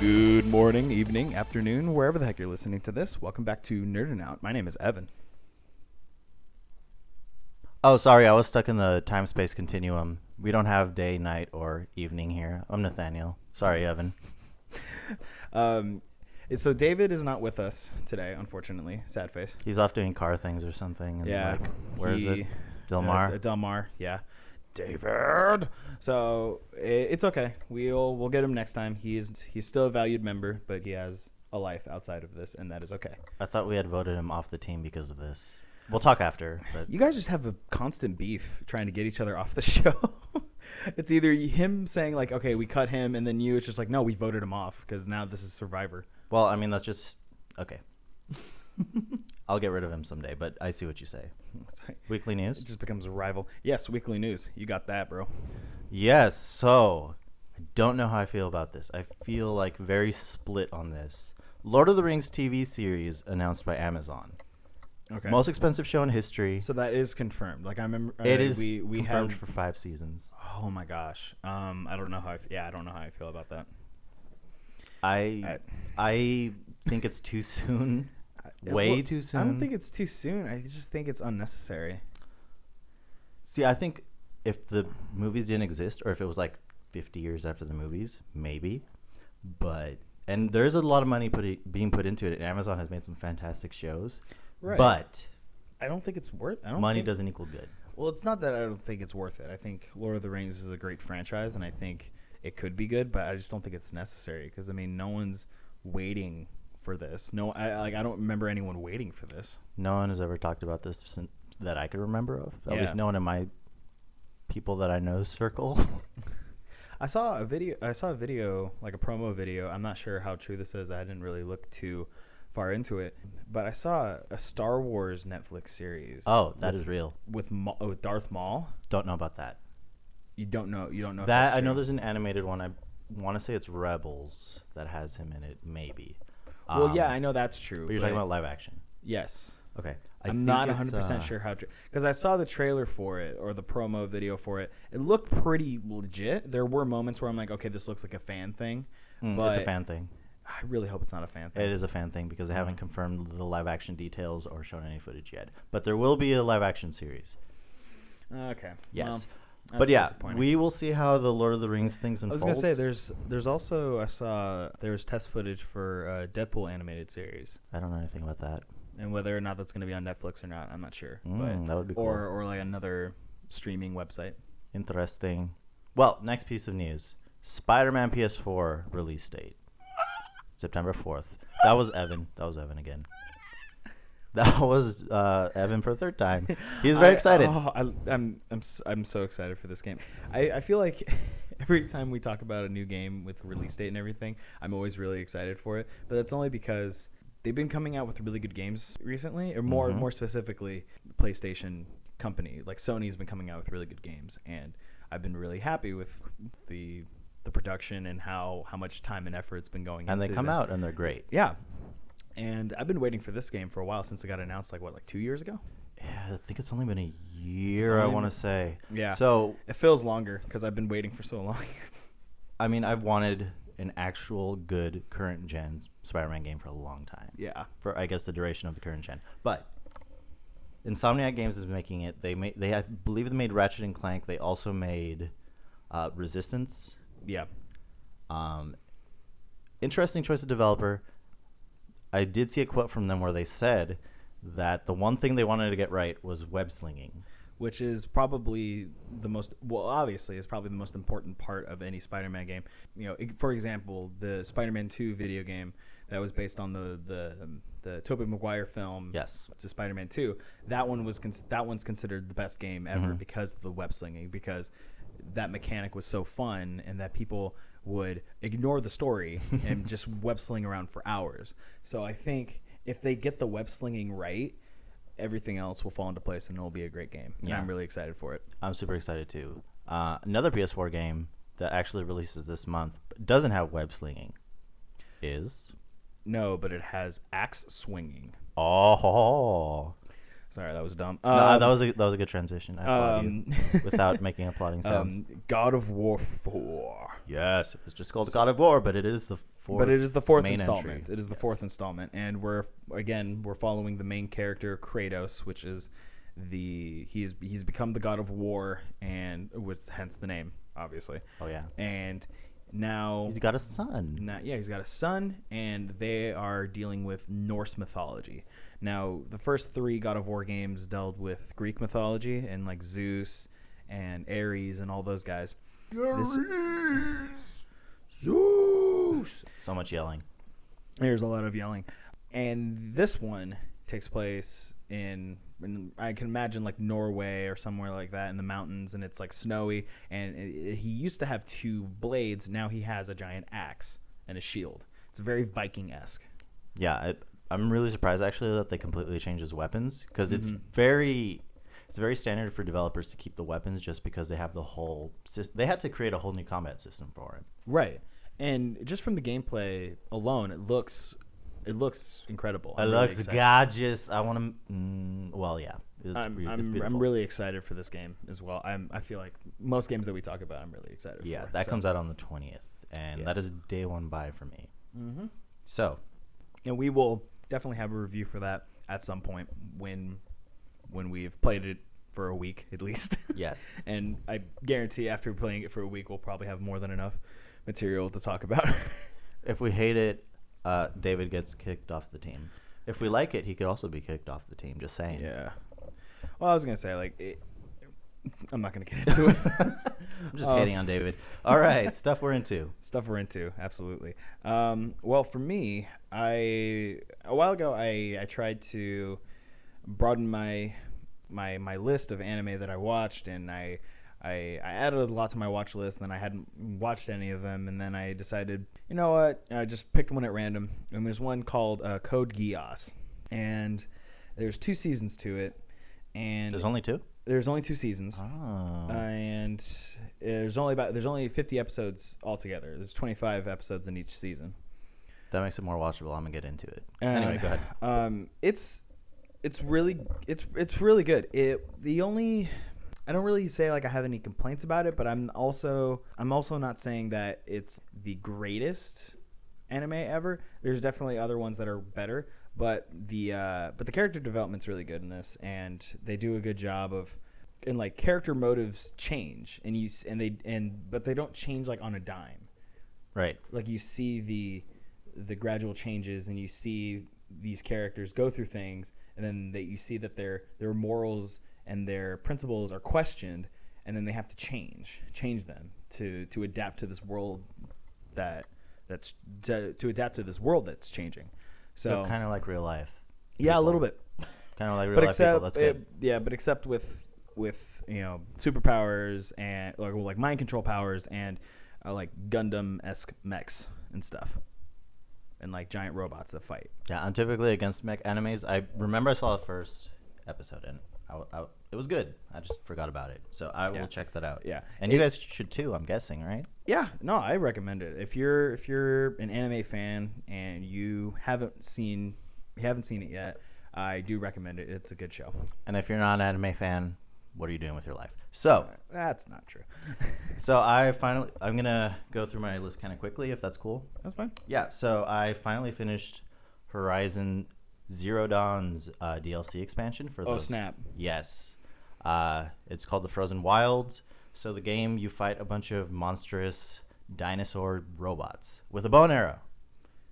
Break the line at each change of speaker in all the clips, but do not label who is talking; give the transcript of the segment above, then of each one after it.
Good morning, evening, afternoon, wherever the heck you're listening to this. Welcome back to Nerdin' Out. My name is Evan.
Oh, sorry, I was stuck in the time space continuum. We don't have day, night, or evening here. I'm Nathaniel. Sorry,
Mm.
Evan.
Um, so David is not with us today, unfortunately. Sad face.
He's off doing car things or something. And
Yeah.
Like, where is
he-
it? Del
uh,
Mar?
Del Mar, yeah. David. So i it's okay. We'll we'll get him next time. He is he's still a valued member, but he has a life outside of this, and that is okay.
I thought we had voted him off the team because of this. We'll talk after, but
You guys just have a constant beef trying to get each other off the show. it's either him saying like, "Okay, we cut him," and then you. It's just like, "No, we voted him off because now this is Survivor."
well, I mean that's just okay. I'll get rid of him someday, but I see what you say.
It's like-
Weekly news.
It just becomes a rival. Yes, weekly news. You got that, bro.
Yes, so I don't know how I feel about this. I feel like very split on this. Lord of the Rings TV series announced by Amazon.
Okay.
Most expensive show in history.
so that is confirmed. Like I remember, uh,
it is
we we
confirmed
have.
for five seasons.
Oh my gosh. Um, I don't know how. I f- yeah, I don't know how I feel about that.
I I think it's too soon.
Yeah,
Way
well,
too soon.
I don't think it's too soon. I just think it's unnecessary.
See, I think if the movies didn't exist, or if it was like 50 years after the movies, maybe. But and there's a lot of money put being put into it, and Amazon has made some fantastic shows.
Right.
But
I don't think it's worth. I don't
money
think-
doesn't equal good.
Well, it's not that I don't think it's worth it. I think Lord of the Rings is a great franchise, and I think it could be good, but I just don't think it's necessary because I mean, no one's waiting for this. No, I like I don't remember anyone waiting for this.
No one has ever talked about this since, that I can remember of. At
Yeah.
least no one in my people that I know circle.
I saw a video. I saw a video, like a promo video. I'm not sure how true this is. I didn't really look too far into it, but I saw a Star Wars Netflix series.
oh, that
with,
is real.
with Ma- oh, with Darth Maul.
Don't know about that.
You don't know. You don't know if
That
Oh, that's
I know
true.
there's an animated one. I want to say it's Rebels that has him in it, maybe.
Well, yeah,
Um,
I know that's true.
But you're talking about live action.
yes.
Okay.
I am not
think
100%
it's, uh,
sure how because I saw the trailer for it or the promo video for it. It looked pretty legit. There were moments where I'm like, okay, this looks like a fan thing,
mm,
but
it's a fan thing.
I really hope it's not a fan thing.
It is a fan thing because they haven't
Mm.
confirmed the live action details or shown any footage yet. But there will be a live action series.
Okay.
Yes.
well,
but
that's
yeah,
disappointing.
we will see how the Lord of the Rings things
I was
unfolds.
gonna say there's there's also I saw there's test footage for uh, Deadpool animated series
I don't know anything about that.
and whether or not that's gonna be on Netflix or not I'm not sure.
Mm,
but,
that would be
or or like another streaming website.
Interesting. Well, next piece of news: Spider-Man PS4 release date, September fourth. That was Evan. That was Evan again. That was uh, Evan for a third time. He's very
I-
excited.
oh, I, I'm I'm s- I'm so excited for this game. I, I feel like every time we talk about a new game with release date and everything, I'm always really excited for it. But that's only because they've been coming out with really good games recently, or more
Mhm.
more specifically, the PlayStation company like Sony's been coming out with really good games, and I've been really happy with the the production and how how much time and effort's been going.
and they
into
come
them.
out and they're great.
Yeah. And I've been waiting for this game for a while since it got announced, like what, like two years ago?
Yeah, I think it's only been a year. I
only
want
been-
to say.
Yeah.
So
It feels longer because I've been waiting for so long.
I mean, I've wanted an actual good current gen Spider-Man game for a long time.
yeah.
for I guess the duration of the current gen. But Insomniac Games is making it. They made they I believe they made Ratchet and Clank. They also made uh, Resistance.
Yeah.
Um, interesting choice of developer. I did see a quote from them where they said that the one thing they wanted to get right was web slinging.
Which is probably the most, well, obviously, is probably the most important part of any Spider Man game. You know, i- for example, the Spider Man 2 video game that was based on the, the, um, the Tobey Maguire film.
Yes.
to Spider-Man 2, that one was cons- that one's considered the best game ever
Mhm.
because of the web slinging because that mechanic was so fun and that people would ignore the story and just web sling around for hours. So I think if they get the web slinging right, everything else will fall into place and it'll be a great game. And
Yeah.
I'm really excited for it.
I'm super excited too. Uh, another PS4 game that actually releases this month but doesn't have web slinging is
No, but it has axe swinging.
oh
Sorry, that was dumb.
No, uh,
Um,
that was a that was a good transition. I applaud you without making applauding sounds.
um, God of War 4.
yes, it was just called God of War, but it is the fourth.
but it is the fourth
main
installment.
entry.
It is the
Yes.
fourth installment, and we're again we're following the main character Kratos, which is the he's he's become the god of war, and which hence the name, obviously.
Oh yeah,
And now
he's got a son.
now, yeah, he's got a son, and they are dealing with Norse mythology. Now, the first three God of War games dealt with Greek mythology and like Zeus and Ares and all those guys. This- Zeus.
So much yelling.
There's a lot of yelling, and this one takes place in, in I can imagine like Norway or somewhere like that in the mountains, and it's like snowy. And i i he used to have two blades. Now he has a giant axe and a shield. It's very Viking esque.
Yeah, I, I'm really surprised actually that they completely changed his weapons because it's
Mhm.
very, it's very standard for developers to keep the weapons just because they have the whole. sys- They had to create a whole new combat system for it.
Right. And just from the gameplay alone, it looks it looks incredible.
it
I'm really
looks
excited.
gorgeous. I want to. Mm, well, yeah, it's,
I'm,
re- it's
I'm, I'm
beautiful.
really excited for this game as well. I'm, I feel like most games that we talk about, I'm really excited
Yeah,
for.
that comes out on the twentieth, and that
Yes.
is a day one buy for me.
Mm-hmm.
So
And we will definitely have a review for that at some point when when we've played it for a week at least.
Yes.
and I guarantee after playing it for a week, we'll probably have more than enough material to talk about.
if we hate it, uh, David gets kicked off the team. If we like it, he could also be kicked off the team. Just saying.
Yeah. Well, I was gonna say like, it, I'm not gonna get into it.
I'm just
Um,
hating on David. All right, stuff we're into.
Stuff we're into, absolutely. Um, well, for me, I a while ago I, I tried to broaden my my my list of anime that I watched, and I I, I added a lot to my watch list. And then I hadn't watched any of them, and then I decided, you know what, I just picked one at random. And there's one called uh, Code Geass, and there's two seasons to it, and
There's only two.
there's only two seasons
Oh.
Uh, and eh, there's only about there's only 50 episodes altogether. There's 25 episodes in each season.
that makes it more watchable. I'm gonna get into it. anyway,
And,
go ahead.
Uh, Um, it's it's really it's it's really good. It the only I don't really say like I have any complaints about it, but I'm also I'm also not saying that it's the greatest anime ever. There's definitely other ones that are better, but the uh, but the character development's really good in this, and they do a good job of and like character motives change, and you s- and they and but they don't change like on a dime
Right.
like you see the the gradual changes and you see these characters go through things and then that you see that their their morals and their principles are questioned and then they have to change change them to to adapt to this world that that's to, to adapt to this world that's changing so,
So, kind of like real life.
yeah a little
people.
bit
Kind of like real
but
life people.
except
That's
it-
good.
yeah but except with with you know superpowers and like, well, like mind control powers and uh, like gundam-esque mechs and stuff and like giant robots that fight
Yeah, I'm typically against mech animes. I remember I saw the first episode and I, I- it was good. I just forgot about it. So I
Yeah.
will check that out.
Yeah.
And you guys should too, I'm guessing, right?
yeah no i recommend it if you're if you're an anime fan and you haven't seen you haven't seen it yet i do recommend it it's a good show
And if you're not an anime fan, what are you doing with your life? So,
that's not true
so I finally I'm going to go through my list kind of quickly if that's cool.
that's fine
Yeah, so I finally finished Horizon Zero Dawn's uh, DLC expansion for
Oh,
those.
snap.
Yes, uh, it's called the Frozen Wilds. So the game you fight a bunch of monstrous dinosaur robots with a bow and arrow.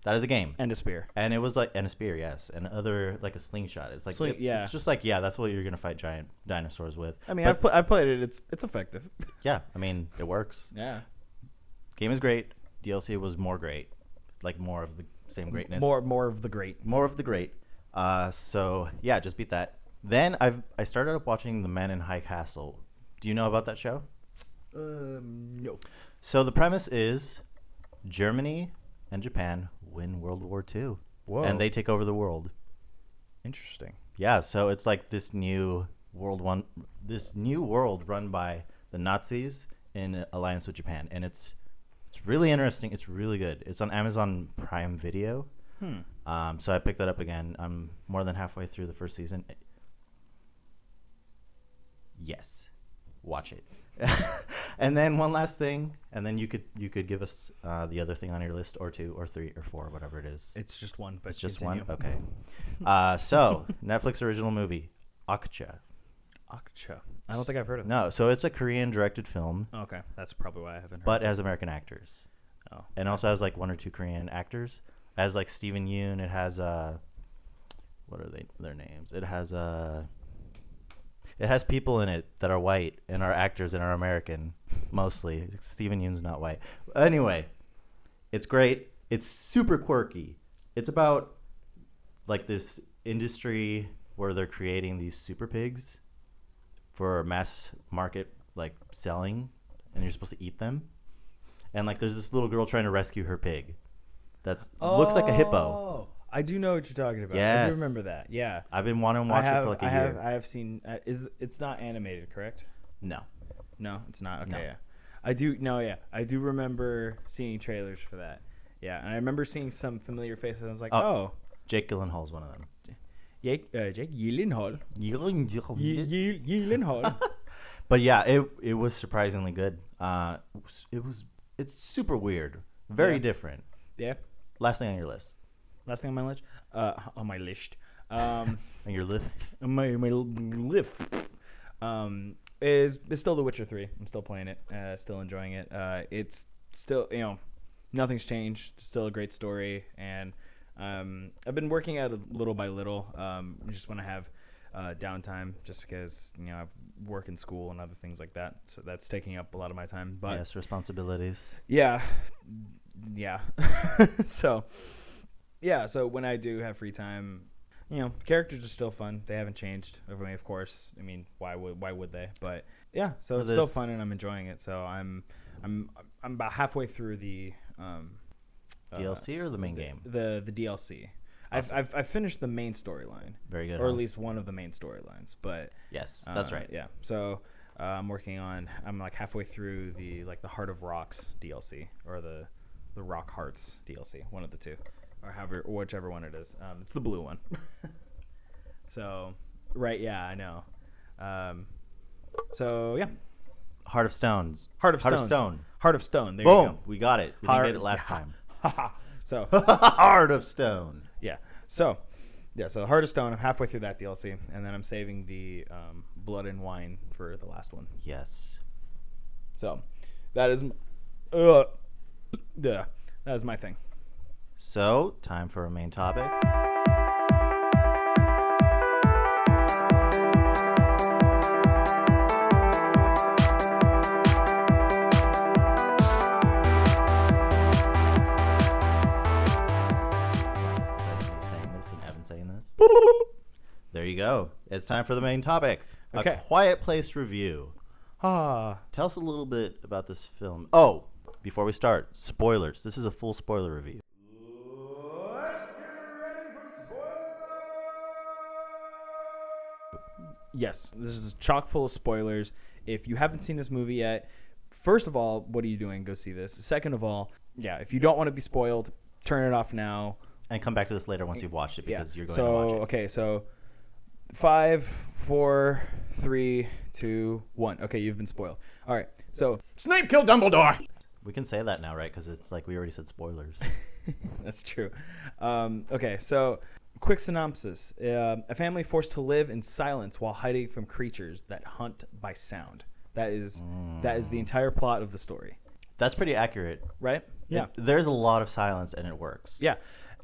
That is a game,
and a spear
and it was like and a spear, yes, and other like a slingshot. It's like
Sling-
it-
yeah.
it's just like yeah, that's what you're gonna fight giant dinosaurs with.
i mean
But-
I've, pl- I've played it it's it's effective
yeah, I mean it works.
yeah
Game is great. DLC was more great, like more of the same greatness.
more more of the great
more of the great. Uh, so yeah, just beat that. Then I've I started up watching The Men in High Castle. Do you know about that show?
um no
So the premise is Germany and Japan win World War II,
Whoa.
and they take over the world.
Interesting.
Yeah, so it's like this new world one, this new world run by the Nazis in alliance with Japan, and it's it's really interesting. It's really good. It's on Amazon Prime Video.
Hmm.
Um, so I picked that up again. I'm more than halfway through the first season. Yes, watch it. and then one last thing, and then you could you could give us uh, the other thing on your list, or two, or three, or four, whatever it is.
It's just one, but
It's just one.
continue.
Okay. Uh, so Netflix original movie, Akcha.
Akcha. I don't think I've heard of it.
No, so it's a Korean directed film,
Okay, that's probably why I haven't heard.
but
of
has American actors,
it. oh,
and also has like one or two Korean actors. It has like Steven Yeun. It has uh, what are they their names? It has uh, it has people in it that are white and are actors and are American mostly. Steven Yeun's not white. Anyway, it's great. It's super quirky. It's about like this industry where they're creating these super pigs for mass market like selling and you're supposed to eat them. And like there's this little girl trying to rescue her pig. That's looks like a hippo.
Oh, I do know what you're talking about. I
Yes.
do remember that. Yeah.
I've been wanting to watch
I have,
it for like a
I
year.
have, I have seen. Uh, is it's not animated, correct?
No.
No, it's not. Okay,
No.
yeah. I do. No, yeah. I do remember seeing trailers for that. Yeah, and I remember seeing some familiar faces. I was like, oh,
Oh. Jake Gyllenhaal's one of them.
Jake, uh, Jake Gyllenhaal. Ye-
Gyllenhaal.
Ye- Gyllenhaal.
but yeah, it it was surprisingly good. Uh, it was- it was it's super weird, very
Yeah.
different.
yeah.
Last thing on your list,
Last thing on my list. Uh, on my list. Um,
on your list.
my my l- lift. Um, is is still The Witcher Three. I'm still playing it. Uh, still enjoying it. Uh, it's still you know, nothing's changed. It's still a great story, and um, I've been working at it little by little. Um, I just want to have uh, downtime, just because you know I work in school and other things like that. So that's taking up a lot of my time. But
yes, responsibilities.
yeah. Yeah. so yeah, so when I do have free time, you know, characters are still fun. They haven't changed. I mean, of course. I mean, why would why would they? But yeah, so
Well,
it's still fun
there's-
and I'm enjoying it. So I'm I'm I'm about halfway through the um uh,
DLC or the main game?
the the DLC. I've, I've, I've finished the main storyline,
Very good.
or at
huh?
least one of the main storylines. But
yes, that's
uh,
right.
Yeah. So uh, I'm working on. I'm like halfway through the like the Heart of Rocks DLC or the the Rock Hearts DLC, one of the two, or however or whichever one it is. Um, it's the blue one. so, right? Yeah, I know. Um, so yeah,
Heart of Stones.
Heart of
Heart of
Stones.
Stone.
Heart of Stone. There you
Boom,
go.
we got it. We
Heart-
didn't get it last time.
so
Heart of Stone.
yeah. So. Yeah, so Heart of Stone. I'm halfway through that DLC, and then I'm saving the um, Blood and Wine for the last one.
Yes.
So that is m- uh, yeah, that is my thing.
So time for a main topic. Besides me saying this and Evan saying this. There you go. It's time for the main topic.
Okay.
A Quiet Place review.
Ah,
Tell us a little bit about this film. Oh, before we start, spoilers. This is a full spoiler review.
yes, this is chock full of spoilers. If you haven't seen this movie yet, first of all, what are you doing? Go see this. Second of all, yeah, if you don't want to be spoiled, turn it off now.
And come back to this later once you've watched it
Yeah.
because you're going
so
to watch it.
okay, so five, four, three, two, one. Okay, you've been spoiled. All right, so Snape killed Dumbledore.
We can say that now, right? Because it's like we already said spoilers.
That's true. Um, okay, so quick synopsis: Um A family forced to live in silence while hiding from creatures that hunt by sound. That is that is the entire plot of the story,
That's pretty accurate.
right?
It- there's a lot of silence and it works.
Yeah,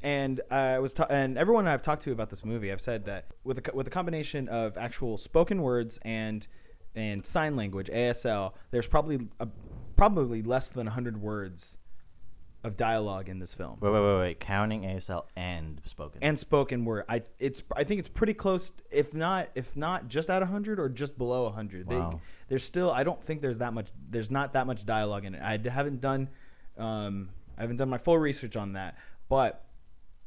and I was ta- and everyone I've talked to about this movie, I've said that with a, co- with a combination of actual spoken words and and sign language ASL, there's probably a, probably less than hundred words of dialogue in this film.
Wait, wait, wait, wait. Counting ASL and spoken.
and spoken word. I it's I think it's pretty close. If not if not just at hundred or just below hundred. They,
Wow.
there's still I don't think there's that much. There's not that much dialogue in it. I d- haven't done um, I haven't done my full research on that, but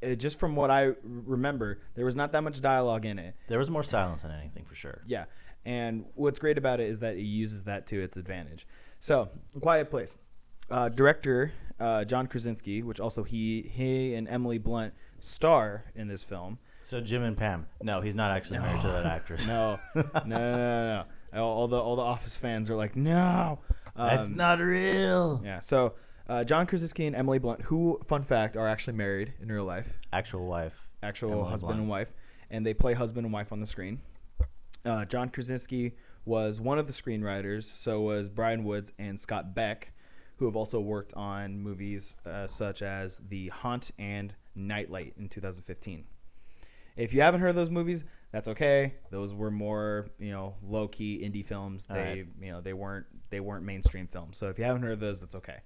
it, just from what I r- remember, there was not that much dialogue in it.
there was more silence than anything for sure.
Yeah. And what's great about it is that it uses that to its advantage. So, Quiet Place. Uh, director uh, John Krasinski, which also he he and Emily Blunt star in this film.
So Jim and Pam. No, he's not actually married to that actress.
No, no, no, no, no. All, all the all the Office fans are like, no,
That's
Um,
not real.
Yeah. So uh, John Krasinski and Emily Blunt, who, fun fact, are actually married in real life,
Actual wife.
actual
Emily
husband
Blunt.
and wife, and they play husband and wife on the screen. Uh, John Krasinski was one of the screenwriters. So was Brian Woods and Scott Beck, who have also worked on movies uh, such as The Hunt and Nightlight in 2015. If you haven't heard of those movies, that's okay. Those were more, you know, low key indie films.
All
they,
right.
you know, they weren't they weren't mainstream films. So if you haven't heard of those, that's okay.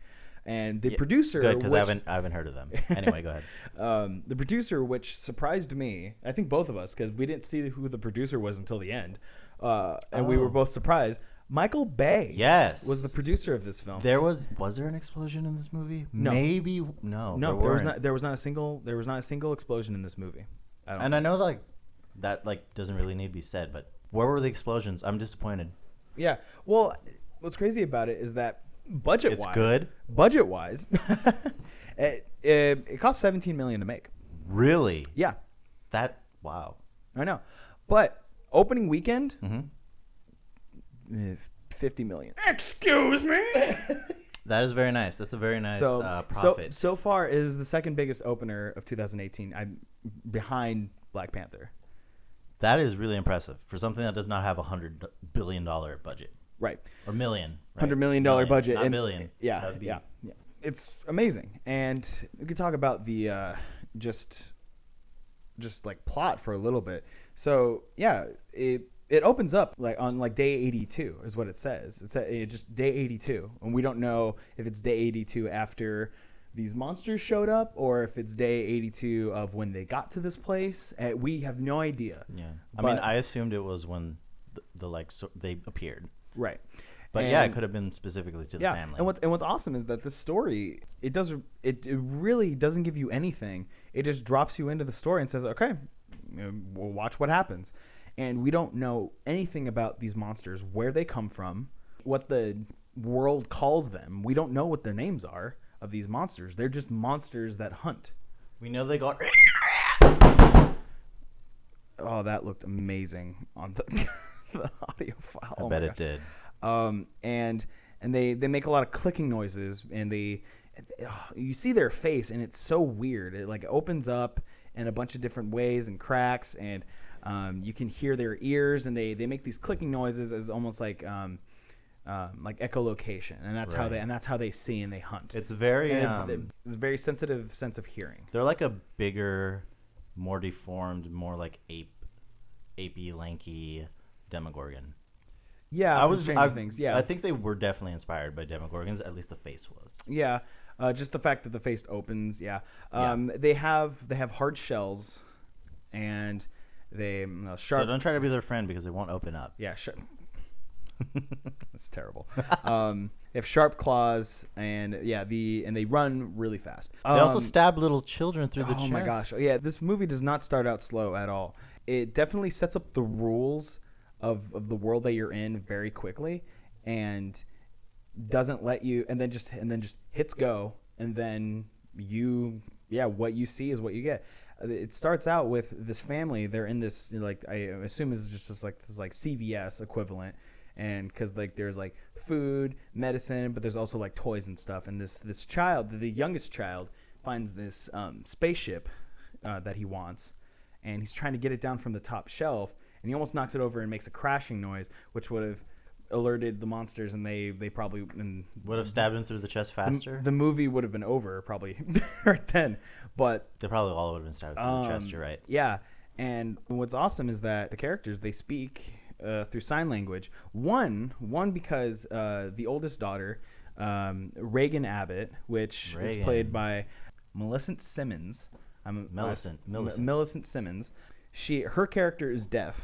And the
Yeah,
producer,
Good, because I
which-
haven't I haven't heard of them. Anyway, go ahead.
um, the producer, which surprised me, I think both of us, because we didn't see who the producer was until the end, uh, and we
Oh.
were both surprised. Michael Bay,
Yes.
was the producer of this film.
There was was there an explosion in this movie?
No.
Maybe no.
no, there was
weren't.
not. There was not a single. There was not a single explosion in this movie. I don't.
and I know like that like doesn't really need to be said, but where were the explosions? I'm disappointed.
yeah. Well, what's crazy about it is that budget.
It's good.
Budget wise, it, it it cost seventeen million to make.
Really?
Yeah,
That wow.
I know. But opening weekend,
hmm
eh, fifty million. Excuse me.
That is very nice. That's a very nice
so,
uh,
so
profit.
so far it is the second biggest opener of 2018. I'm behind Black Panther.
that is really impressive for something that does not have a hundred billion dollar budget
Right.
or million. Right?
Hundred million dollar budget.
Not
and-
billion. That
Yeah,
would be-
yeah. Yeah. It's amazing. And we could talk about the uh, just just like plot for a little bit. So yeah, it it opens up like on like day 82 is what it says. It's it just day 82, and we don't know if it's day 82 after these monsters showed up or if it's day 82 of when they got to this place. Uh, we have no idea.
Yeah. I mean,
But-
I assumed it was when the, the like so they appeared,
Right.
but yeah, it
And-
could have been specifically to the
yeah.
family.
And what's and what's awesome is that this story it does it, it really doesn't give you anything. It just drops you into the story and says, okay, um, we'll watch what happens. And we don't know anything about these monsters, where they come from, what the world calls them. We don't know what the names are of these monsters. They're just monsters that hunt.
we know they got.
Oh, that looked amazing on the, the audio file.
I
Oh my
bet
gosh.
it did.
um, and and they they make a lot of clicking noises, and they ugh, you see their face, and it's so weird. It like opens up in a bunch of different ways and cracks, and um, you can hear their ears, and they they make these clicking noises as almost like um, um, like echolocation, and that's how they
Right.
and that's how they see and they hunt.
It's very.
And
um,
it- it's a very sensitive sense of hearing.
They're like a bigger, more deformed, more like ape, apey, lanky Demogorgon.
Yeah,
I
from
was.
Stranger
I,
things. Yeah,
I think they were definitely inspired by Demogorgons. At least the face was.
Yeah, uh, just the fact that the face opens. Yeah,
Yeah.
um, they have they have hard shells, and they um, uh, sharp.
So don't try to be their friend because they won't open up.
yeah, sharp. That's terrible. um, they have sharp claws, and yeah, the and they run really fast.
They also
Um,
stab little children through the
oh
chest.
my gosh! Yeah, this movie does not start out slow at all. It definitely sets up the rules of, of the world that you're in very quickly, and doesn't let you. And then just and then just hits go, and then you yeah, what you see is what you get. Uh, It starts out with this family. They're in this you know, like I assume is just this, like this like CVS equivalent, and because like there's like food, medicine, but there's also like toys and stuff. And this this child, the youngest child, finds this um, spaceship uh, that he wants, and he's trying to get it down from the top shelf, and he almost knocks it over and makes a crashing noise, which would have alerted the monsters, and they they probably and
Would have stabbed him through the chest
the-
faster.
The movie would have been over probably right then, but
they probably all would have been stabbed through the
um,
chest. You're right.
Yeah, and what's awesome is that the characters they speak uh, through sign language. One, one because uh, the oldest daughter, um, Reagan Abbott, which is
Reagan.
played by Millicent Simmons. I'm
Millicent,
M-
Millicent.
Millicent Simmons. She her character is deaf.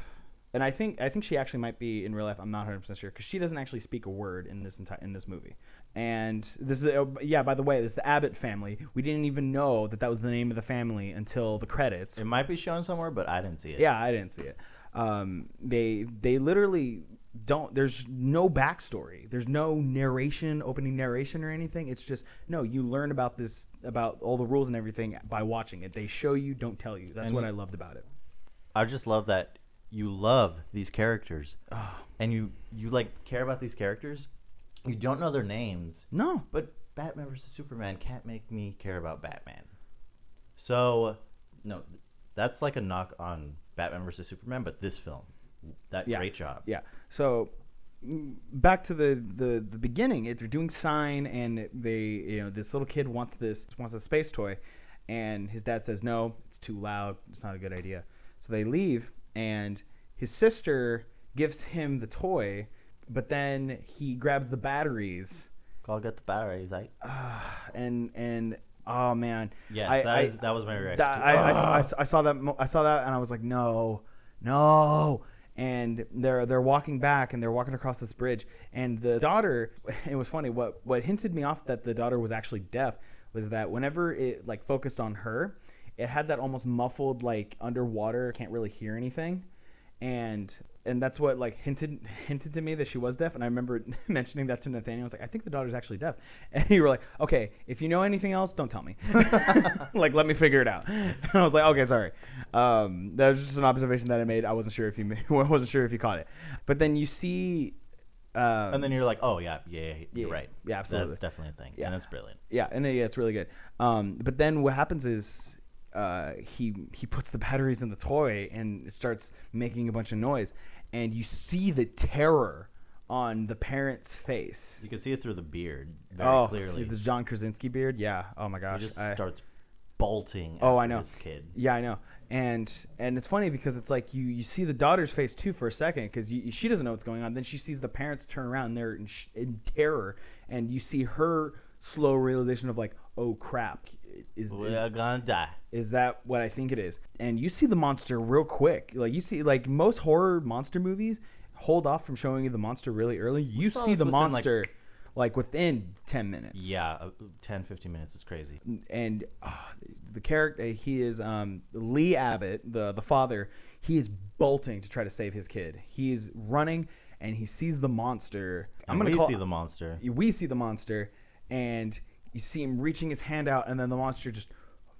And I think I think she actually might be in real life. I'm not 100 percent sure because she doesn't actually speak a word in this entire in this movie. And this is oh, yeah. By the way, this is the Abbott family. We didn't even know that that was the name of the family until the credits.
It might be shown somewhere, but I didn't see it.
Yeah, I didn't see it. Um, they they literally don't. There's no backstory. There's no narration, opening narration or anything. It's just no. You learn about this about all the rules and everything by watching it. They show you, don't tell you. That's
And-
what I loved about it.
I just love that you love these characters
Oh,
and you you like care about these characters. You don't know their names,
no.
but Batman versus Superman can't make me care about Batman. So, no, that's like a knock on Batman versus Superman, but this film, that
Yeah.
great job.
Yeah. So mm, back to the, the, the beginning, it, they're doing sign and they you know this little kid wants this wants a space toy, and his dad says no, it's too loud, it's not a good idea. So they leave, and his sister gives him the toy, but then he grabs the batteries,
Call get the batteries. I
uh, and and oh man,
yes,
I-
that,
I-
is- that was my reaction.
that-
too.
I, I saw- I
Ugh.
saw, I saw that. mo- I saw that, and I was like, no, no. And they're they're walking back, and they're walking across this bridge, and the daughter. It was funny. What what hinted me off that the daughter was actually deaf was that whenever it like focused on her, it had that almost muffled like underwater, can't really hear anything, and and that's what like hinted hinted to me that she was deaf and i remember mentioning that to nathaniel i was like i think the daughter's actually deaf and you were like okay if you know anything else don't tell me like let me figure it out and i was like okay sorry um, that was just an observation that i made i wasn't sure if you ma- i wasn't sure if you caught it but then you see uh,
and then you're like, oh yeah, yeah, yeah, you're
Yeah,
right.
yeah, absolutely.
That's definitely a thing.
Yeah.
and that's brilliant.
yeah, and uh, yeah, it's really good. Um, but then what happens is uh, he he puts the batteries in the toy and it starts making a bunch of noise, and you see the terror on the parent's face.
You can see it through the beard very
oh,
clearly.
the John Krasinski beard. Yeah. Oh my
he
gosh.
just
I-
starts bolting.
Oh, I
after
know.
This kid.
yeah, I know. And and it's funny because it's like you you see the daughter's face too for a second because she doesn't know what's going on. Then she sees the parents turn around and they're in, sh- in terror, and you see her slow realization of like, oh crap, is, is
We're gonna die.
is that what I think it is? And you see the monster real quick. Like you see, like most horror monster movies hold off from showing you the monster really early. You
saw
see
this
the
within, like-
monster like, within ten minutes.
Yeah, uh, 10, 15 minutes is crazy.
And ah, the character he is um, Lee Abbott, the the father. He is bolting to try to save his kid. He is running and he sees the monster.
I'm gonna
call-
see the monster.
we see the monster, and you see him reaching his hand out, and then the monster just.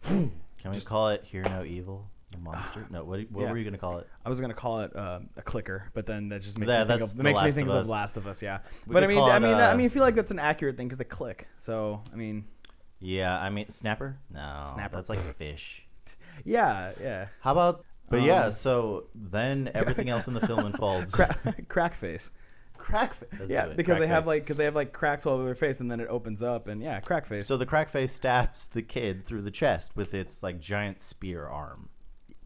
Can we call it Hear No Evil? The monster? No, what, what
Ah, Yeah.
were you gonna call it?
I was gonna call it um, a clicker, but then that just makes
Yeah,
me think
that's
of,
The
that makes me
Last
think
of
of,
Us.
the Last of Us, yeah.
We
but I
could
mean,
call
I
it,
mean, that, I
uh,
mean, I feel like that's an accurate thing because they click. So I mean,
Yeah, I mean snapper. No,
Snapper.
That's like a fish.
yeah, yeah.
How about? But yeah,
Um,
so then everything else in the film unfolds.
Cra- crack face.
crack face. Let's
yeah,
do it,
because
crack
they have
face.
like because they have like cracks all over their face, and then it opens up, and yeah, crack face.
So the crack face stabs the kid through the chest with its like giant spear arm.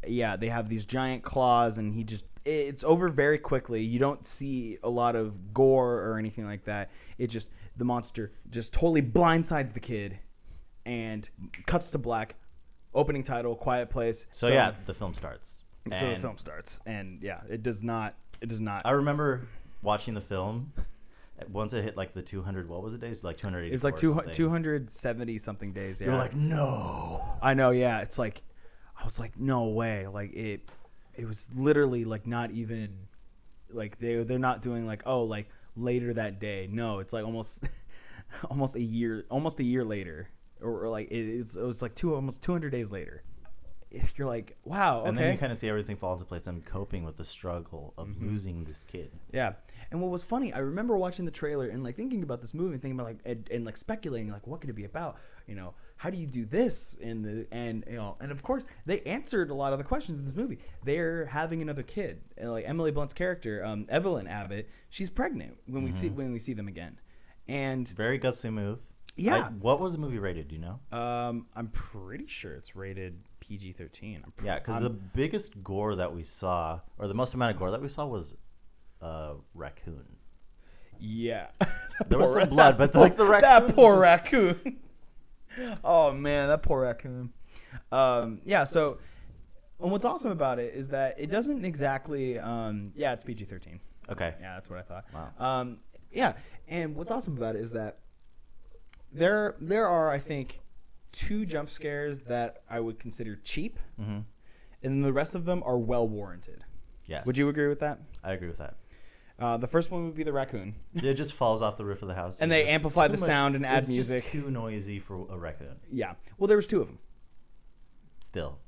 yeah, they have these giant claws, and he just it- it's over very quickly. You don't see a lot of gore or anything like that. It just the monster just totally blindsides the kid, and cuts to black. Opening title, Quiet Place.
So, yeah, the film starts.
so the
And
film starts, and yeah, it does not. It does not.
I remember watching the film. Once it hit like the 200, what was it days? Like 280.
It's like two two hundred seventy something days. Yeah,
You're like, no.
I know. Yeah, it's like I was like, no way. Like it, it was literally like not even like they they're not doing like oh like later that day. No, it's like almost almost a year almost a year later, or, or like it, it's it was like two almost two hundred days later. If you're like, wow, okay. Mm-hmm.
And then you kind of see everything fall into place. I'm coping with the struggle of losing this kid.
Yeah. And what was funny, I remember watching the trailer and like thinking about this movie and thinking about like and, and like speculating like what could it be about? You know, how do you do this in the and you know and of course they answered a lot of the questions in this movie. They're having another kid. And, like Emily Blunt's character, um, Evelyn Abbott, she's pregnant when we see
Mm-hmm.
when we see them again. And
Very gutsy move.
Yeah.
I- what was the movie rated? Do you know?
um, I'm pretty sure it's rated PG thirteen. I'm pr-
Yeah, because
I'm-
the biggest gore that we saw, or the most amount of gore that we saw, was uh, raccoon.
Yeah.
There was
Poor
some
ra-
blood,
that
but, like,
poor-
the
That
raccoon
poor
just-
raccoon. oh man, that poor raccoon. Um, yeah. So, and what's awesome about it is that it doesn't exactly. Um, yeah, it's PG thirteen.
Okay.
Yeah, that's what I thought.
Wow.
Um, yeah, and what's awesome about it is that there there are I think two jump scares that I would consider cheap,
Mm-hmm.
and the rest of them are well warranted.
Yes.
Would you agree with that?
I agree with that.
Uh, the first one would be the raccoon.
It just falls off the roof of the house.
And
It's
they
just
amplify
too
the sound and add
it's
music.
Just too noisy for a raccoon.
Yeah. Well, there was two of them.
Still,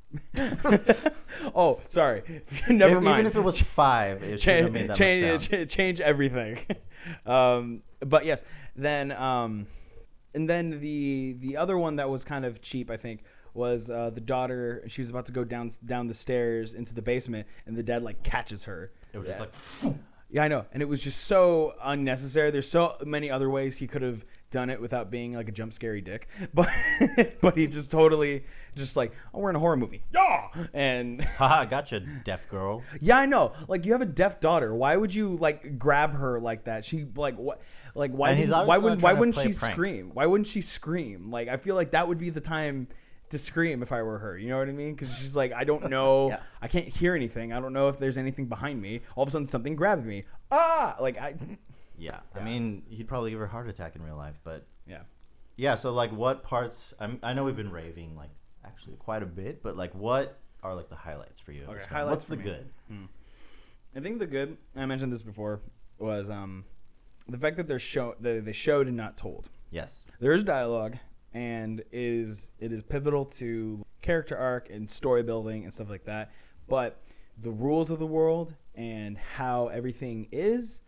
oh, sorry. Never
If-
mind.
Even if it was five, it should have
change
made that
change,
much sound.
ch- change everything. um, but yes, then um, and then the the other one that was kind of cheap, I think, was uh, the daughter. She was about to go down down the stairs into the basement, and the dad like catches her.
It was
Yeah.
just like.
Yeah, I know. And it was just so unnecessary. There's so many other ways he could have done it without being like a jump scary dick. But but he just totally just like, oh, we're in a horror movie. Yeah. And
Haha, gotcha, deaf girl.
yeah, I know. Like you have a deaf daughter. Why would you like grab her like that? She like what like why
And he's
didn't- why wouldn't
obviously not
why
trying to
wouldn't
play
she
a prank.
scream? Why wouldn't she scream? Like I feel like that would be the time to scream if I were her. You know what I mean? Cuz she's like I don't know.
Yeah.
I can't hear anything. I don't know if there's anything behind me. All of a sudden something grabbed me. Ah! Like I
Yeah, I
Yeah.
mean, he'd probably give her a heart attack in real life, but
yeah.
yeah. So like, what parts? I'm, I know we've been raving like actually quite a bit, but like, what are like the highlights for you? of
Okay,
this film?
highlights
What's
for
the
me.
good?
I think the good I mentioned this before was um the fact that they're show that they showed and not told.
Yes.
there is dialogue and it is it is pivotal to character arc and story building and stuff like that but the rules of the world and how everything is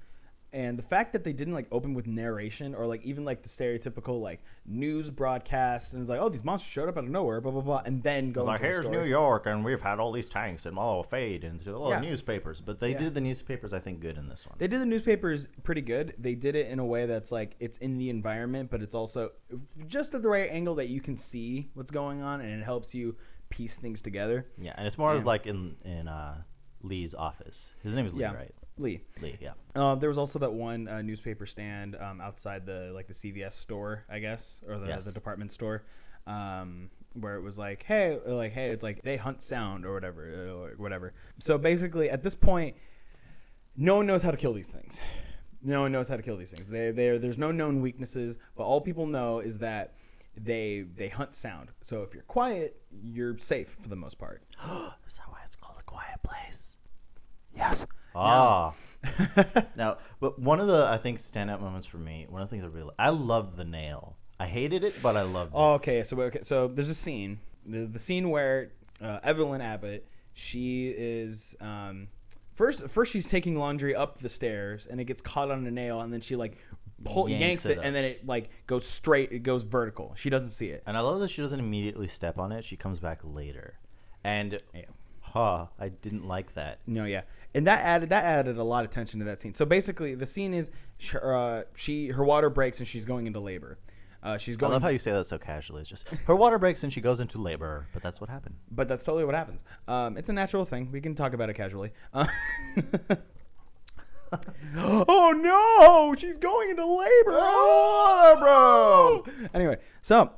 and the fact that they didn't like open with narration or like even like the stereotypical like news broadcast and it's like oh these monsters showed up out of nowhere blah blah blah and then go
Like
into the
here's
story.
New York, and we've had all these tanks and all fade and all
Yeah.
the newspapers, but they
Yeah.
did the newspapers, I think, good in this one.
They did the newspapers pretty good. They did it in a way that's like it's in the environment, but it's also just at the right angle that you can see what's going on, and it helps you piece things together.
yeah, and it's more
Yeah.
like in in uh, Lee's office. His name is Lee,
Yeah.
right?
Lee,
Lee. Yeah.
uh, there was also that one uh, newspaper stand um, outside the like the CVS store, I guess, or the,
Yes.
the department store, um, where it was like, hey, like hey, it's like they hunt sound or whatever, uh, or whatever. So basically, at this point, no one knows how to kill these things. No one knows how to kill these things. They, they there's no known weaknesses, but all people know is that they they hunt sound. So if you're quiet, you're safe for the most part.
Is that why it's called a quiet place? Yes.
Now-
Ah. Now, but one of the I think standout moments for me, one of the things I really I loved the nail. I hated it, but I loved it.
Oh, okay. So okay, so there's a scene, the, the scene where uh, Evelyn Abbott, she is um, first first she's taking laundry up the stairs and it gets caught on a nail and then she like pull, yanks,
Yanks
it,
it up.
and then it like goes straight, it goes vertical. She doesn't see it.
And I love that she doesn't immediately step on it. She comes back later, and
Yeah.
huh, I didn't like that.
No, yeah, and that added that added a lot of tension to that scene. So basically, the scene is sh uh, she her water breaks and she's going into labor. Uh, she's
I
going.
love how you say that so casually. It's just her water breaks and she goes into labor, but that's what happened.
but that's totally what happens. Um, it's a natural thing. We can talk about it casually. Uh, oh no, she's going into labor. Oh, Anyway, so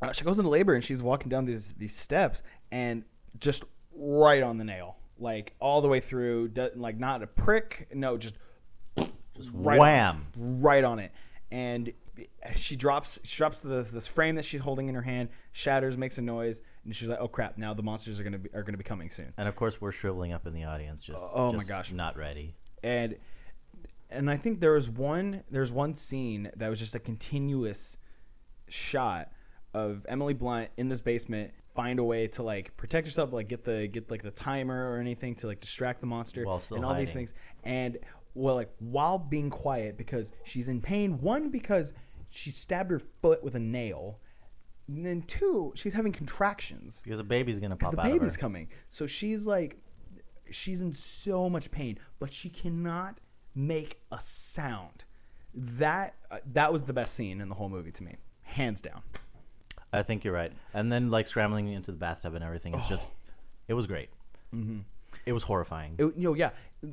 uh, she goes into labor and she's walking down these these steps and just right on the nail, like all the way through, do- like not a prick, no, just
Just
Right.
wham!
right on it. And she drops she drops the this frame that she's holding in her hand, shatters, makes a noise, and she's like, "Oh crap! Now the monsters are gonna be are gonna be coming soon."
And of course, we're shriveling up in the audience, just
Oh my
just
gosh.
not ready.
and and I think there was one there's one scene that was just a continuous shot of Emily Blunt in this basement find a way to like protect herself like get the get like the timer or anything to like distract the monster
While still
and all these
hiding.
things and well like while being quiet because she's in pain one because she stabbed her foot with a nail and then two she's having contractions
Because the baby's gonna pop
because the
out
baby's
of her.
coming. So she's like, she's in so much pain, but she cannot make a sound. That uh, that was the best scene in the whole movie to me, hands down.
I think you're right. And then like scrambling into the bathtub and everything.
Oh.
It's just, it was great.
Mm-hmm.
It was horrifying.
It, you know, yeah,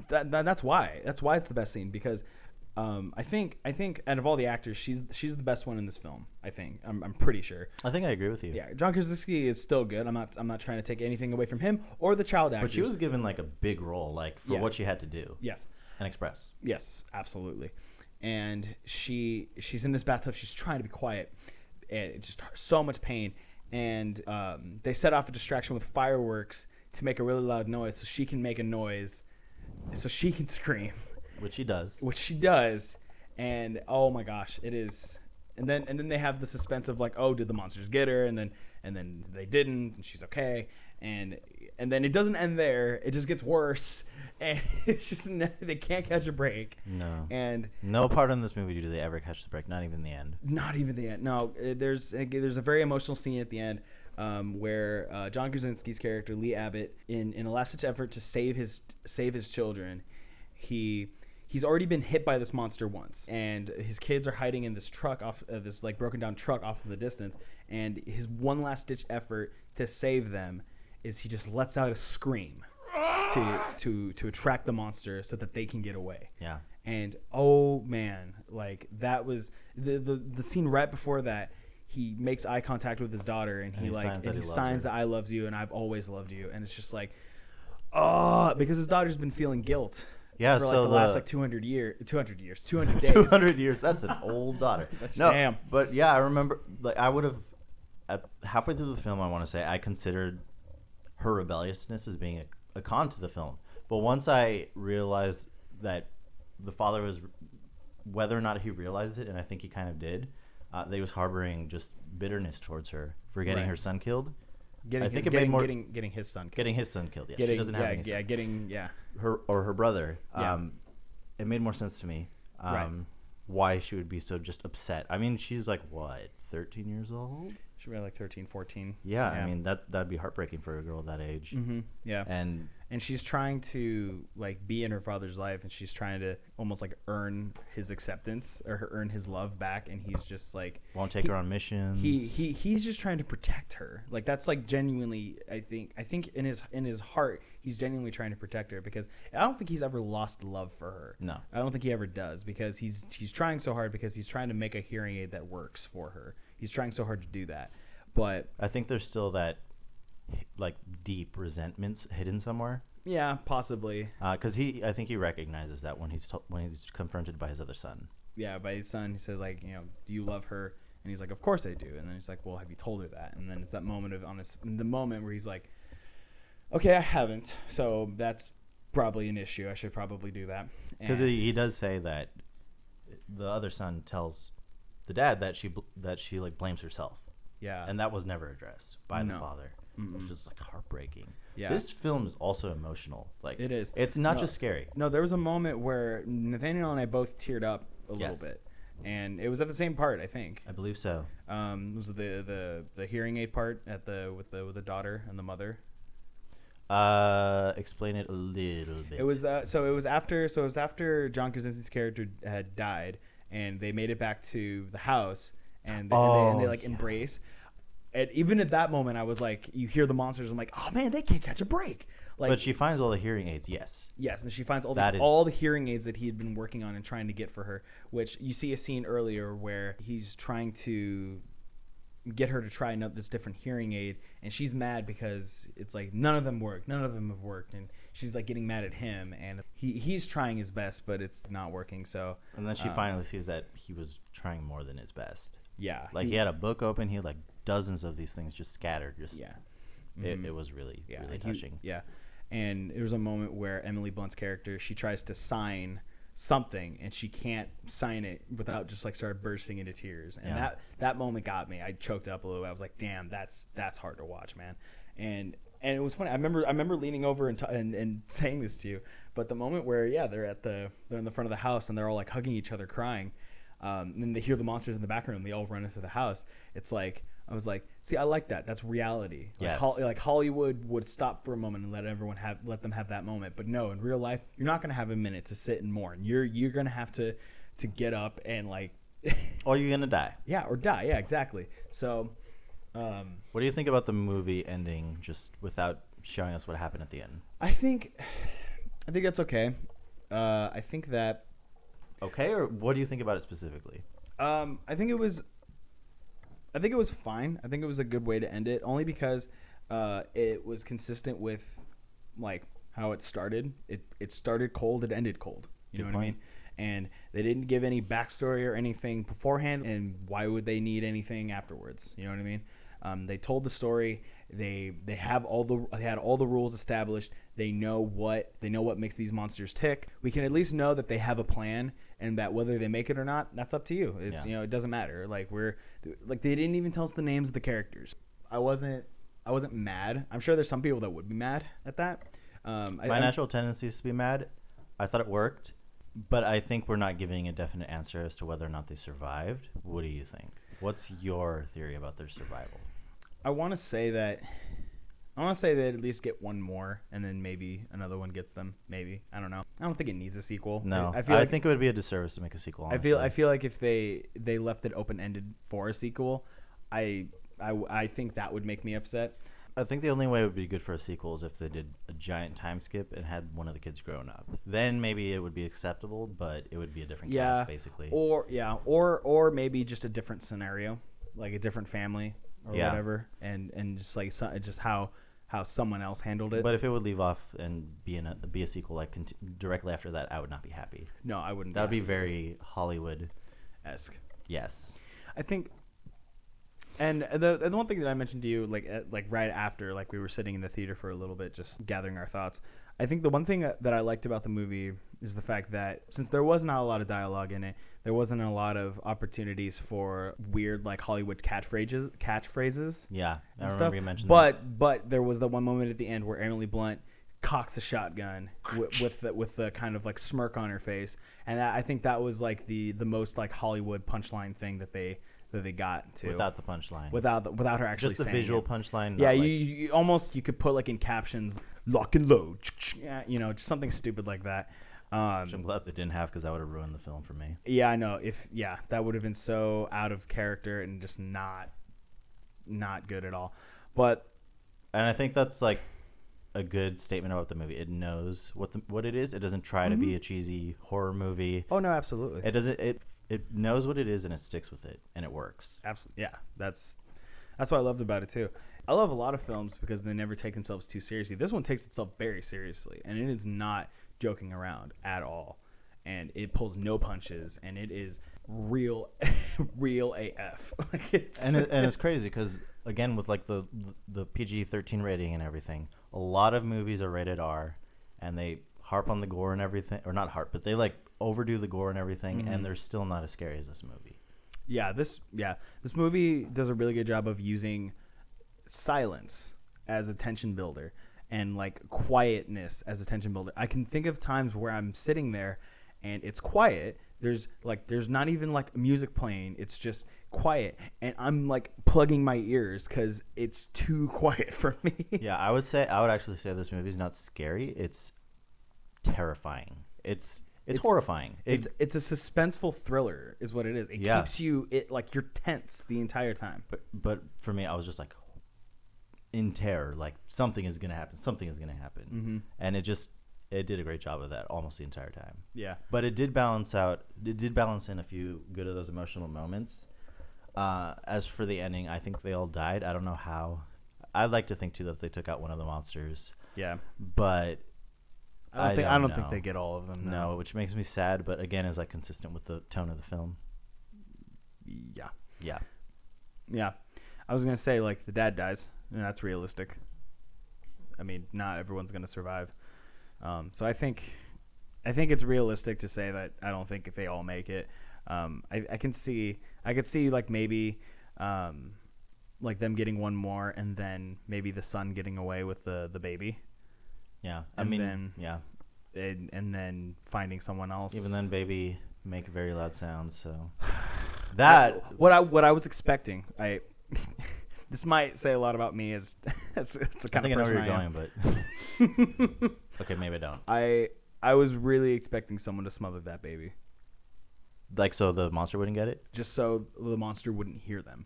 that, that, that's why that's why it's the best scene because um, I think I think out of all the actors, she's she's the best one in this film. I think I'm, I'm pretty sure.
I think I agree with you.
Yeah, John Krasinski is still good. I'm not I'm not trying to take anything away from him or the child actors.
But she was given like a big role, like for
Yeah.
what she had to do
yes.
and express.
Yes, absolutely. And she she's in this bathtub. She's trying to be quiet, and it's just so much pain. And um, they set off a distraction with fireworks to make a really loud noise, so she can make a noise, so she can scream,
Which she does.
which she does. And oh my gosh, it is. And then and then they have the suspense of like, oh, did the monsters get her? And then and then they didn't, and she's okay, and and then it doesn't end there. It just gets worse, and it's just n- they can't catch a break.
No.
And
No part in this movie do they ever catch the break, not even the end.
not even the end. No, uh, there's uh, there's a very emotional scene at the end um, where uh, John Krasinski's character Lee Abbott, in in a last ditch effort to save his save his children, he he's already been hit by this monster once, and his kids are hiding in this truck off uh, this like broken down truck off in the distance, and his one last ditch effort to save them is he just lets out a scream to to to attract the monster so that they can get away
Yeah.
and oh man like that was the, the the scene right before that he makes eye contact with his daughter and he,
he
like
signs that
and he,
he loves
signs
her.
that i loves you and i've always loved you and it's just like oh because his daughter's been feeling guilt
Yeah,
for like
so
the, last
the-
like 200 year 200 years 200 days
200 years. That's an old daughter.
That's-
no,
damn.
but yeah, I remember. Like I would have, at halfway through the film, I want to say I considered her rebelliousness as being a, a con to the film. But once I realized that the father was, whether or not he realized it, and I think he kind of did, uh, that he was harboring just bitterness towards her for getting
Right.
her son killed,
getting,
I
his-
think it made
getting,
more-
getting getting his son killed.
getting his son killed. Yes,
getting
she doesn't
yeah,
have any. son.
yeah getting yeah
her or her brother.
Yeah.
Um, it made more sense to me. Um,
Right.
Why she would be so just upset. I mean, she's like what, thirteen years old?
should be like 13 14
Yeah, I mean that that'd be heartbreaking for a girl that age.
hmm yeah
And
and she's trying to like be in her father's life and she's trying to almost like earn his acceptance or her- earn his love back and he's just like
won't take
He-
her on missions.
he, he he's just trying to protect her like that's like genuinely i think i think in his in his heart he's genuinely trying to protect her because i don't think he's ever lost love for her
No.
i don't think he ever does because he's he's trying so hard because he's trying to make a hearing aid that works for her he's trying so hard to do that but
I think there's still that like deep resentments hidden somewhere.
yeah possibly
Because he, I think he recognizes that when he's t- when he's confronted by his other son.
yeah, by his son, he said like, you know, do you love her? And he's like, of course I do. And then he's like, well, have you told her that? And then it's that moment of on his, the moment where he's like, okay, I haven't. So that's probably an issue. I should probably do that.
Because
And-
he, he does say that the other son tells the dad that she bl- that she like blames herself.
yeah,
and that was never addressed by the
No.
father. It's just like heartbreaking.
Yeah.
This film is also emotional. Like
It is.
It's not
No.
just scary.
no, there was a moment where Nathaniel and I both teared up a
Yes.
little bit, and it was at the same part, I think.
I believe so.
Um, it was the the the hearing aid part at the with the with the daughter and the mother.
Uh, explain it a little bit.
It was uh, so it was after so it was after John Krasinski's character had died, and they made it back to the house, and they, and they, and they
Oh,
like
yeah.
embrace. And even at that moment, I was like, you hear the monsters, I'm like, oh man, they can't catch a break. Like,
but she finds all the hearing aids. Yes.
yes, and she finds all the,
That is-
all the hearing aids that he had been working on and trying to get for her. Which you see a scene earlier where he's trying to get her to try another this different hearing aid and she's mad because it's like none of them work none of them have worked and she's like getting mad at him and he he's trying his best but it's not working so
And then she
um,
finally sees that he was trying more than his best.
yeah
Like he, had a book open. He had like dozens of these things just scattered. Just
yeah
It,
Mhm.
it was really
yeah
really
he-
touching.
yeah and there was a moment where Emily Blunt's character she tries to sign something and she can't sign it without just like start bursting into tears and
Yeah.
that that moment got me I choked up a little bit. I was like damn that's that's hard to watch man and and it was funny I remember I remember leaning over and, t- and and saying this to you but the moment where yeah they're at the they're in the front of the house and they're all like hugging each other crying um, and then they hear the monsters in the background and they all run into the house it's like I was like see I like that that's reality like,
Yes.
Hol- like Hollywood would stop for a moment and let everyone have let them have that moment. But no, in real life, you're not gonna have a minute to sit and mourn. You're you're gonna have to to get up and like
Or you're gonna die.
yeah or die. Yeah, exactly. So um,
What do you think about the movie ending just without showing us what happened at the end?
I think I think that's okay. Uh, I think that
Okay, or what do you think about it specifically?
Um, I think it was. I think it was fine. I think it was a good way to end it, only because uh, it was consistent with like how it started. It it started cold. It ended cold. You
Good
know what
point.
I mean? And they didn't give any backstory or anything beforehand. And why would they need anything afterwards? You know what I mean? Um, they told the story. They they have all the they had all the rules established. They know what they know what makes these monsters tick. We can at least know that they have a plan and that whether they make it or not, that's up to you. It's
Yeah.
you know it doesn't matter. Like we're like they didn't even tell us the names of the characters. I wasn't I wasn't mad. I'm sure there's some people that would be mad at that. Um, I,
My
I'm-
natural tendency is to be mad. I thought it worked, but I think we're not giving a definite answer as to whether or not they survived. What do you think? What's your theory about their survival?
I want to say that I want to say that at least get one more, and then maybe another one gets them. Maybe I don't know. I don't think it needs a sequel.
No,
I, I feel like,
think it would be a disservice to make a sequel.
I feel I
honestly.
feel like if they they left it open ended for a sequel, I, I w- I think that would make me upset.
I think the only way it would be good for a sequel is if they did a giant time skip and had one of the kids grown up. Then maybe it would be acceptable, but it would be a different
Yeah,
cast basically.
Or yeah, or or maybe just a different scenario, like a different family or
Yeah.
whatever, and and just like so, just how how someone else handled it.
But if it would leave off and be in a, be a sequel like conti- directly after that, I would not be happy.
no, I wouldn't.
That would be very Hollywood.
esque.
Yes.
I think, and the, and the one thing that I mentioned to you, like at, like right after, like we were sitting in the theater for a little bit, just gathering our thoughts. I think the one thing that I liked about the movie is the fact that since there was not a lot of dialogue in it, there wasn't a lot of opportunities for weird like Hollywood catchphrases, catchphrases,
Yeah. I
and
remember
stuff.
you mentioned
but
that.
but there was the one moment at the end where Emily Blunt cocks a shotgun with with the, with the kind of like smirk on her face, and that, I think that was like the the most like Hollywood punchline thing that they that they got to
without the punchline.
without the, without her actually
just the
saying
visual
it.
punchline.
Yeah,
not,
you,
like-
you you almost you could put like in captions lock and load, yeah, you know, just something stupid like that.
which I'm
Um,
glad they didn't have because that would have ruined the film for me.
yeah, I know. If yeah, that would have been so out of character and just not not good at all. But
And I think that's like a good statement about the movie. It knows what the, what it is. It doesn't try
Mm-hmm.
to be a cheesy horror movie.
oh no, absolutely.
It doesn't. It it knows what it is and it sticks with it and it works.
Absolutely. Yeah, that's that's what I loved about it too. I love a lot of films because they never take themselves too seriously. This one takes itself very seriously, and it is not joking around at all. And it pulls no punches, and it is real, real AF. like it's
And it, and it's crazy because again with like the the PG thirteen rating and everything, a lot of movies are rated R, and they harp on the gore and everything, or not harp, but they like overdo the gore and everything, and they're still not as scary as this movie.
yeah, this yeah, this movie does a really good job of using silence as a tension builder and like quietness as a tension builder. I can think of times where I'm sitting there and it's quiet. There's like there's not even like music playing. It's just quiet and I'm like plugging my ears cuz it's too quiet for me.
Yeah, I would say I would actually say this movie's not scary. It's terrifying. It's it's,
It's-
horrifying. It-
It's it's a suspenseful thriller is what it is. It
Yeah.
keeps you it like you're tense the entire time.
but, but for me, I was just like in terror. Like something is gonna happen. Something is gonna happen. And it just it did a great job of that almost the entire time.
Yeah.
But it did balance out. It did balance in a few good of those emotional moments. Uh, as for the ending, I think they all died. I don't know how. I'd like to think too that they took out one of the monsters,
Yeah.
but
I don't
I
think I
don't
don't think
know.
they get all of them. though.
No, which makes me sad, but again, is like consistent with the tone of the film.
Yeah.
Yeah,
Yeah. I was gonna say like the dad dies, and that's realistic. I mean, not everyone's gonna survive. Um, so I think, I think it's realistic to say that I don't think if they all make it. Um, I, I can see, I could see like maybe, um, like them getting one more, and then maybe the son getting away with the the baby,
yeah. I
And
mean,
then-
yeah.
and and then finding someone else.
Even then, baby make very loud sounds. So that
Uh, what I what I was expecting, I. This might say a lot about me as, as, it's a
I
kind
think I
of
know where
person
you're
I am.
going, but okay, maybe I don't.
I I was really expecting someone to smother that baby,
Like, so the monster wouldn't get it.
just so the monster wouldn't hear them.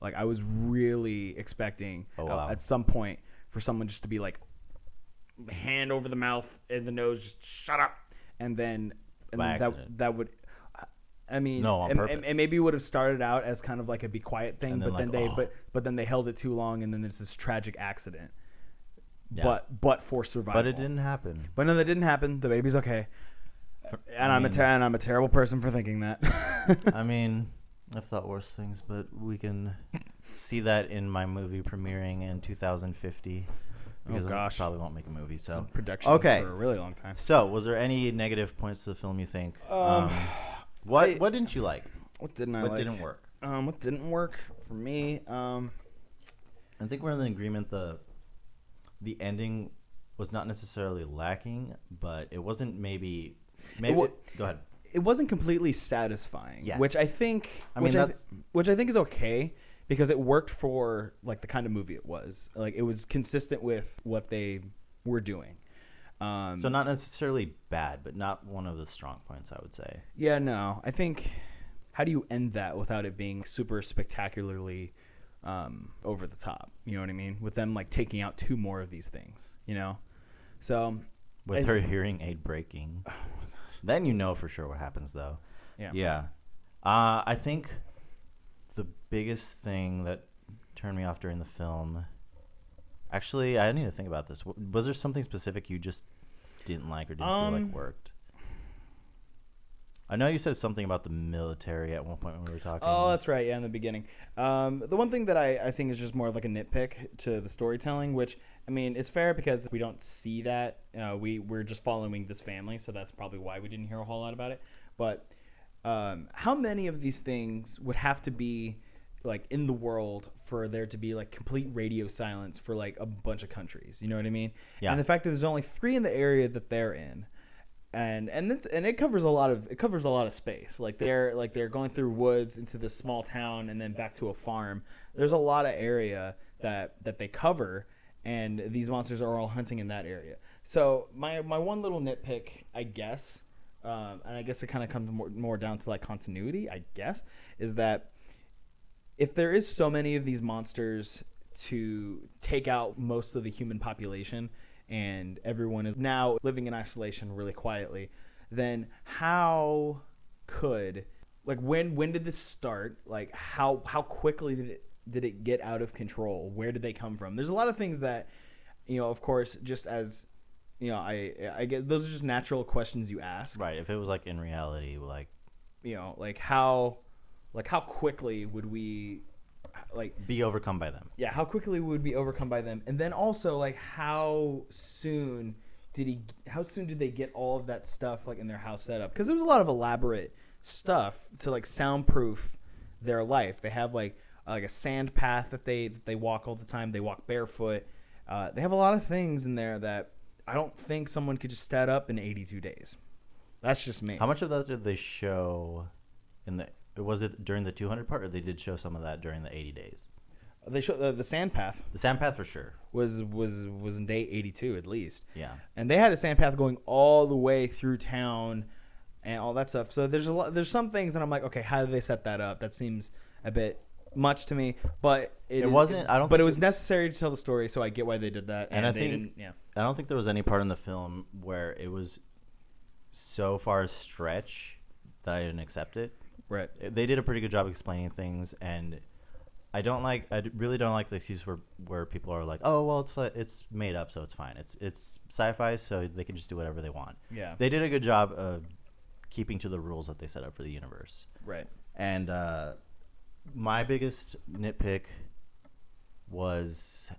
Like I was really expecting
Oh,
uh,
wow.
at some point for someone just to be like, hand over the mouth and the nose, just shut up, and then and
By
then that
accident.
that would. I mean,
No, on
and, and,
purpose.
and maybe would have started out as kind of like a be quiet thing,
And then
but then
like,
they
"Oh."
but but then they held it too long, and then there's this tragic accident.
Yeah.
But but for survival,
but it didn't happen.
But no, that didn't happen. The baby's okay.
For-
And
I
I'm a
mean-
ter- and I'm a terrible person for thinking that.
I mean, I've thought worse things, but we can see that in my movie premiering in 2050. Because
Oh, gosh.
I probably won't make a movie.
It's in
So
production
Okay.
for a really long time.
So, was there any negative points to the film you think? Um,
Um,
what
I-
what didn't you like?
What didn't I
What
like?
didn't work?
Um, what didn't work for me? Um,
I think we're in agreement the the ending was not necessarily lacking, but it wasn't maybe maybe
wa-
go ahead.
it wasn't completely satisfying,
Yes.
which I think
I mean,
which
that's-
I th- which I think is okay because it worked for like the kind of movie it was. Like it was consistent with what they were doing. Um,
So not necessarily bad, but not one of the strong points I would say.
yeah, no, I think how do you end that without it being super spectacularly um, over the top? You know what I mean? With them like taking out two more of these things, you know. So
With
I-
her hearing aid breaking. Then you know for sure what happens though.
Oh, yeah,
Yeah. Uh, I think the biggest thing that turned me off during the film. Actually, I need to think about this. W- Was there something specific you just didn't like or didn't feel
Um,
like worked? I know you said something about the military at one point when we were talking.
Oh, that's right. Yeah, in the beginning. Um, the one thing that I, I think is just more of like a nitpick to the storytelling, which I mean is fair because we don't see that. Uh, we we're just following this family, so that's probably why we didn't hear a whole lot about it. But um, how many of these things would have to be like in the world for there to be like complete radio silence for like a bunch of countries? You know what I mean?
Yeah.
And the fact that there's only three in the area that they're in and and it's and it covers a lot of it covers a lot of space. Like they're like they're going through woods into this small town and then back to a farm. There's a lot of area that that they cover, and these monsters are all hunting in that area. So my my one little nitpick, I guess, um, and I guess it kind of comes more more down to like continuity, I guess, is that if there is so many of these monsters to take out most of the human population and everyone is now living in isolation really quietly then how could like when when did this start like how how quickly did it did it get out of control where did they come from there's a lot of things that you know of course just as you know i i get those are just natural questions you ask
right. If it was like in reality, like
you know like how like how quickly would we like
be overcome by them.
yeah how quickly would we overcome by them and then also like how soon did he how soon did they get all of that stuff like in their house set up because there was a lot of elaborate stuff to like soundproof their life they have like uh, like a sand path that they that they walk all the time they walk barefoot uh, they have a lot of things in there that i don't think someone could just stat up in 82 days that's just me
How much of that did they show in the was it during the 200 part or they did show some of that during the 80 days?
they show uh, the, the sand path
The sand path for sure.
was was was in day 82 at least
Yeah.
and they had a sand path going all the way through town and all that stuff. So there's a lot, there's some things that I'm like, okay, how did they set that up? That seems a bit much to me, but
It
is-
wasn't- I don't
But
think
it was necessary to tell the story, so I get why they did that.
And
And,
I
they
think-
didn't, yeah,
I don't think there was any part in the film where it was so far a stretch that I didn't accept it.
right.
They did a pretty good job explaining things, and I don't like. I d- really don't like the excuse where where people are like, "Oh, well, it's like, it's made up, so it's fine. It's it's sci-fi, so they can just do whatever they want."
Yeah.
They did a good job of keeping to the rules that they set up for the universe.
Right.
And uh, my biggest nitpick was,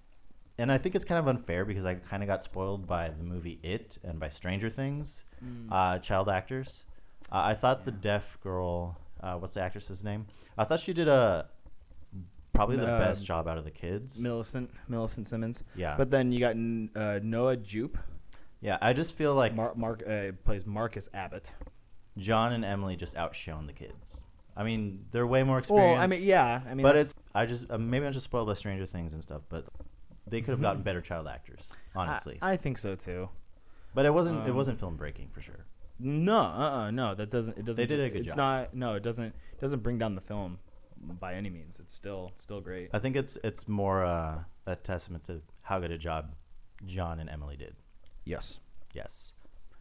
and I think it's kind of unfair because I kind of got spoiled by the movie It and by Stranger Things, uh, child actors. Uh, I thought the
Mm. Yeah.
deaf girl, uh, what's the actress's name? I thought she did a probably the
Uh,
best job out of the kids.
Millicent, Millicent Simmons.
Yeah.
But then you got N- uh, Noah Jupe.
yeah, I just feel like
Mar- Mark uh, plays Marcus Abbott.
John and Emily just outshone the kids. I mean, they're way more
Well,
experienced.
I mean, yeah, I mean,
but
that's-
it's I just uh, maybe I'm just spoiled by Stranger Things and stuff, but they could have gotten better child actors,
Mm-hmm. I-
honestly.
I think so too.
but it wasn't it
um,
wasn't film breaking for sure.
No, uh, uh no, that doesn't. It doesn't.
did a good
it's
job.
not. No, it doesn't. Doesn't bring down the film by any means. It's still still great.
I think it's it's more uh, a testament to how good a job John and Emily did.
Yes,
Yes.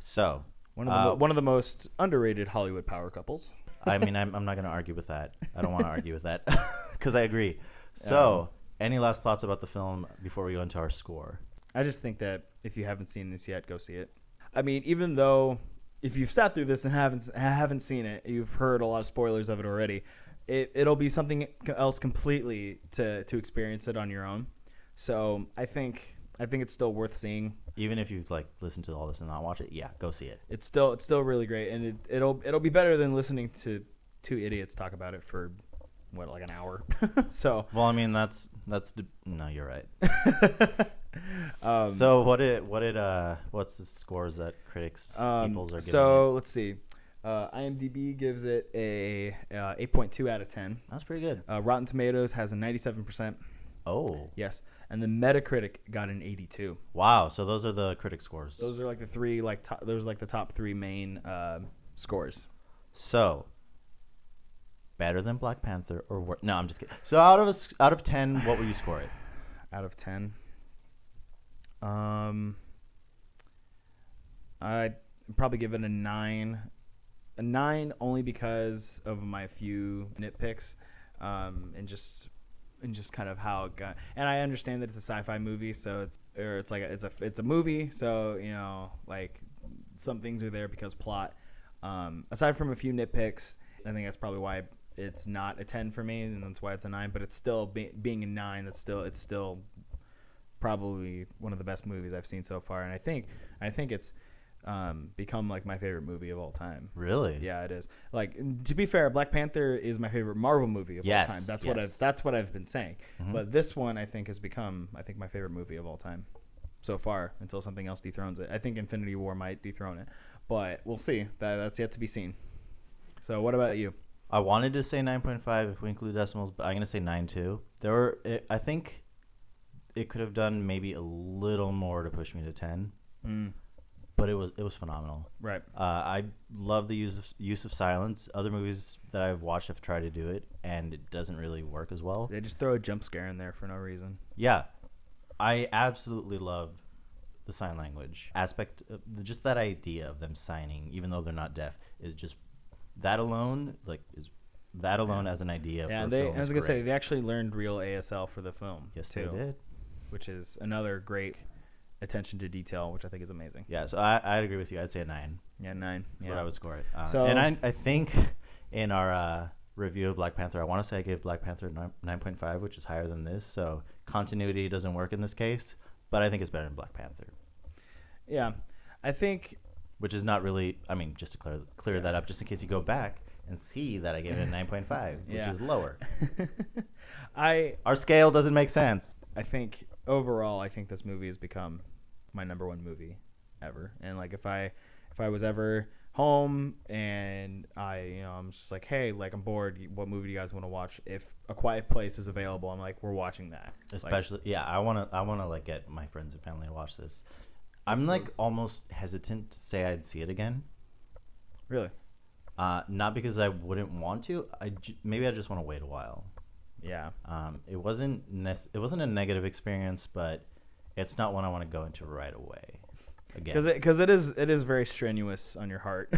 So
one of the mo-
uh,
one of the most underrated Hollywood power couples.
I mean I'm I'm not gonna argue with that. I don't want to argue with that because I agree. So
Um,
any last thoughts about the film before we go into our score?
I just think that if you haven't seen this yet, go see it. I mean, even though if you've sat through this and haven't haven't seen it, you've heard a lot of spoilers of it already. It, it'll be something else completely to to experience it on your own. So I think I think it's still worth seeing.
Even if you've like listened to all this and not watched it, yeah, go see it.
it's still it's still really great and it, it'll it'll be better than listening to two idiots talk about it for what like an hour. so
Well, I mean that's that's the, no, you're right.
um,
so what it what it uh what's the scores that critics
um,
peoples are giving?
so
it?
let's see. Uh, IMDb gives it a uh, 8.2 out of 10.
that's pretty good.
Uh, Rotten Tomatoes has a 97%.
Oh
Yes, and the Metacritic got an 82.
wow! So those are the critic scores.
Those are like the three like top, those are like the top three main uh, scores.
So better than Black Panther or wor- no? I'm just kidding. So out of a s out of ten, what would you score it?
out of 10. Um, I'd probably give it a 9. A 9 only because of my few nitpicks um, and just and just kind of how it got and I understand that it's a sci-fi movie so it's or it's like a, it's a it's a movie so you know like some things are there because plot um, aside from a few nitpicks I think that's probably why it's not a 10 for me and that's why it's a 9 but it's still be, being a 9 that's still it's still probably one of the best movies I've seen so far and I think I think it's um, become like my favorite movie of all time
Really?
yeah, it is. Like n- to be fair, Black Panther is my favorite Marvel movie of
Yes,
all time. That's what
yes.
I've that's what I've been saying.
Mhm.
But this one I think has become I think my favorite movie of all time so far until something else dethrones it. I think Infinity War might dethrone it, but we'll see. That that's yet to be seen. So what about you?
I wanted to say 9.5 if we include decimals, but I'm going to say 9.2. There were, it, I think it could have done maybe a little more to push me to 10,
Mm,
but it was it was phenomenal.
right.
Uh, I love the use of, use of silence. Other movies that I've watched have tried to do it, and it doesn't really work as well.
They just throw a jump scare in there for no reason.
Yeah, I absolutely love the sign language aspect. Of, just that idea of them signing, even though they're not deaf, is just that alone. Like is that alone as an idea?
yeah,
for
they.
film
I was
is
gonna say
great.
they actually learned real ASL for the film.
Yes,
too,
they did.
Which is another great attention to detail, which I think is amazing.
Yeah, so I, I'd agree with you. I'd say a nine.
Yeah, nine.
is
Yeah,
what I would score it. Uh,
So-
and I, I think in our uh, review of Black Panther, I want to say I gave Black Panther nine point five, which is higher than this. So continuity doesn't work in this case, but I think it's better than Black Panther,
Yeah, I think
which is not really. I mean, just to clear clear that up, just in case you go back and see that I gave it a nine point five, which
Yeah.
is lower.
I
Our scale doesn't make sense.
I think overall, I think this movie has become my number one movie ever. And like, if I if I was ever home and I you know I'm just like, hey, like I'm bored. What movie do you guys want to watch? If A Quiet Place is available, I'm like, we're watching that. Like,
especially yeah i want to i want to like get my friends and family to watch this i'm
That's
like
dope.
almost hesitant to say i'd see it again
really,
uh, not because i wouldn't want to i j- maybe i just want to wait a while
yeah,
um, it wasn't nec- it wasn't a negative experience but it's not one i want to go into right away again
because because it is it is very strenuous on your heart.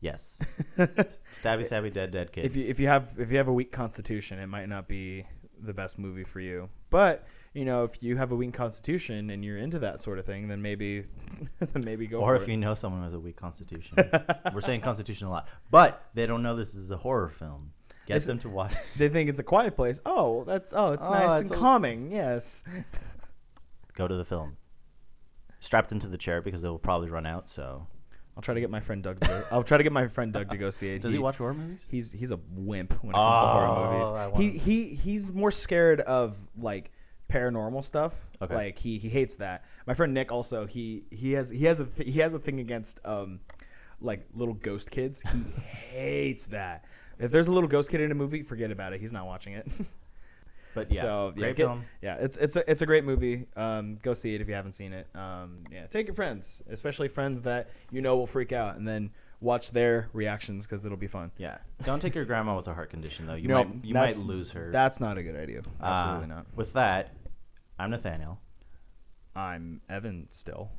yes stabby stabby dead dead kid
if you if you have if you have a weak constitution, it might not be the best movie for you. But you know, if you have a weak constitution and you're into that sort of thing, then maybe then maybe go.
or
for
if you know someone who has a weak constitution we're saying constitution a lot but they don't know this is a horror film get
It's-
them to watch
they think it's a quiet place. Oh, well, that's oh, it's
Oh,
nice
it's
and
a-
calming. Yes.
go to the film. Strap them to the chair because they will probably run out. So,
I'll try to get my friend Doug. To go, I'll try to get my friend Doug to go see it.
does he, watch horror movies?
He's he's a wimp when it comes to
Oh, I
horror
wanna-
movies. He he he's more scared of like paranormal stuff.
Okay.
Like he he hates that. My friend Nick also he he has he has a th- he has a thing against um like little ghost kids. He hates that. If there's a little ghost kid in a movie, forget about it. He's not watching it.
but yeah,
so, yeah,
great
get-
film.
Yeah, it's it's a it's a great movie. Um, go see it if you haven't seen it. Um, yeah, take your friends, especially friends that you know will freak out, and then watch their reactions because it'll be fun.
Yeah, don't take your grandma with a heart condition though. You
No,
might you might
that's-
lose her.
That's not a good idea.
Uh,
Absolutely not.
With that, I'm Nathaniel.
I'm Evan still.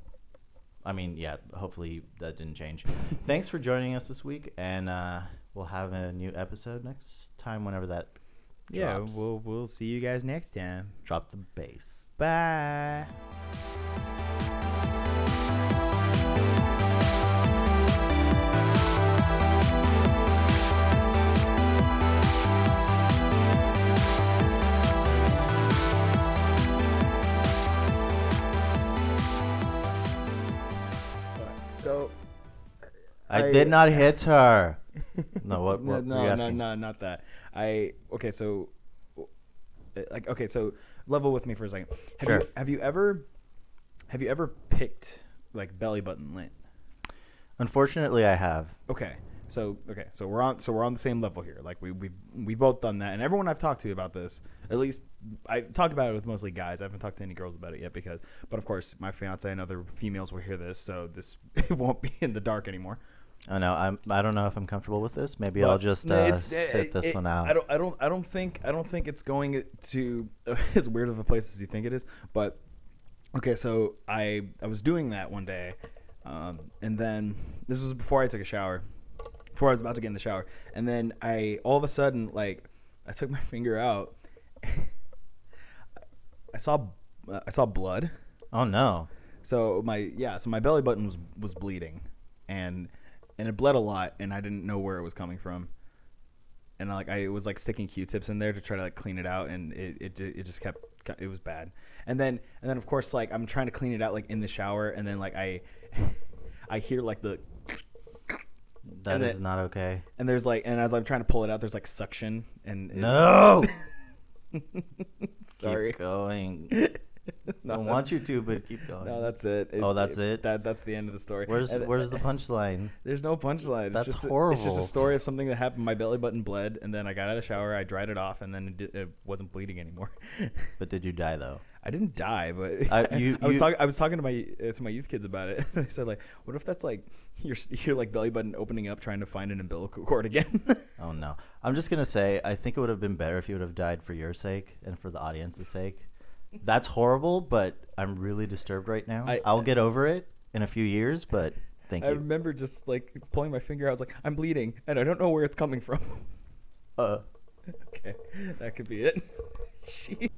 I mean, yeah. Hopefully that didn't change. Thanks for joining us this week, and uh, we'll have a new episode next time whenever that. drops.
we'll see you guys next time.
drop the bass.
Bye. So
I,
I-
did not hit her. No, what?
no,
what were you
no, no,
asking?
no, not that. I okay, so uh, like okay, so level with me for a second. Have
Sure.
you have you ever have you ever picked like belly button lint?
Unfortunately, I have.
Okay. So okay, so we're on so we're on the same level here. Like we we we both done that, and everyone I've talked to about this, at least I talked about it with mostly guys. I haven't talked to any girls about it yet because, but of course, my fiance and other females will hear this, so this it won't be in the dark anymore.
I know. I'm. I don't know if I'm comfortable with this. Maybe I'll
But-
just
No,
uh,
it's-
sit
it-
this
it-
one out.
I don't, I don't, I don't think, I don't think it's going to as weird of a place as you think it is. But okay, so I, I was doing that one day, um, and then this was before I took a shower, before I was about to get in the shower, and then I all of a sudden like I took my finger out, I saw, uh, I saw blood.
oh no.
So my yeah, so my belly button was was bleeding, and and it bled a lot, and I didn't know where it was coming from, and like I was like sticking Q-tips in there to try to like clean it out, and it it, ju- it just kept it was bad, and then and then of course like I'm trying to clean it out like in the shower, and then like I I hear like the
That
And
is
it-
not okay.
and there's like and as I'm trying to pull it out, there's like suction and it-
No.
sorry.
Keep going.
No,
don't want you to, but keep going.
No, that's it.
Oh, that's it?
That that's the end of the story.
Where's
And-
Where's the punchline?
There's no punchline. It's
That's
just a- it's just
horrible.
a story of something that happened. My belly button bled, and then I got out of the shower. I dried it off, and then it, did, it wasn't bleeding anymore.
But did you die though?
I didn't die, but
Uh, you-
I was
you-
talking. I was talking to my uh, to my youth kids about it. they said like, "What if that's like your s- your like belly button opening up, trying to find an umbilical cord again?"
Oh no. I'm just gonna say I think it would have been better if you would have died for your sake and for the audience's sake. That's horrible, but I'm really disturbed right now.
I-
I, will get over it in a few years, but thank
I
you.
remember just like pulling my finger. out. I was like, "I'm bleeding, and I don't know where it's coming from."
uh,
okay, that could be it. Jeez.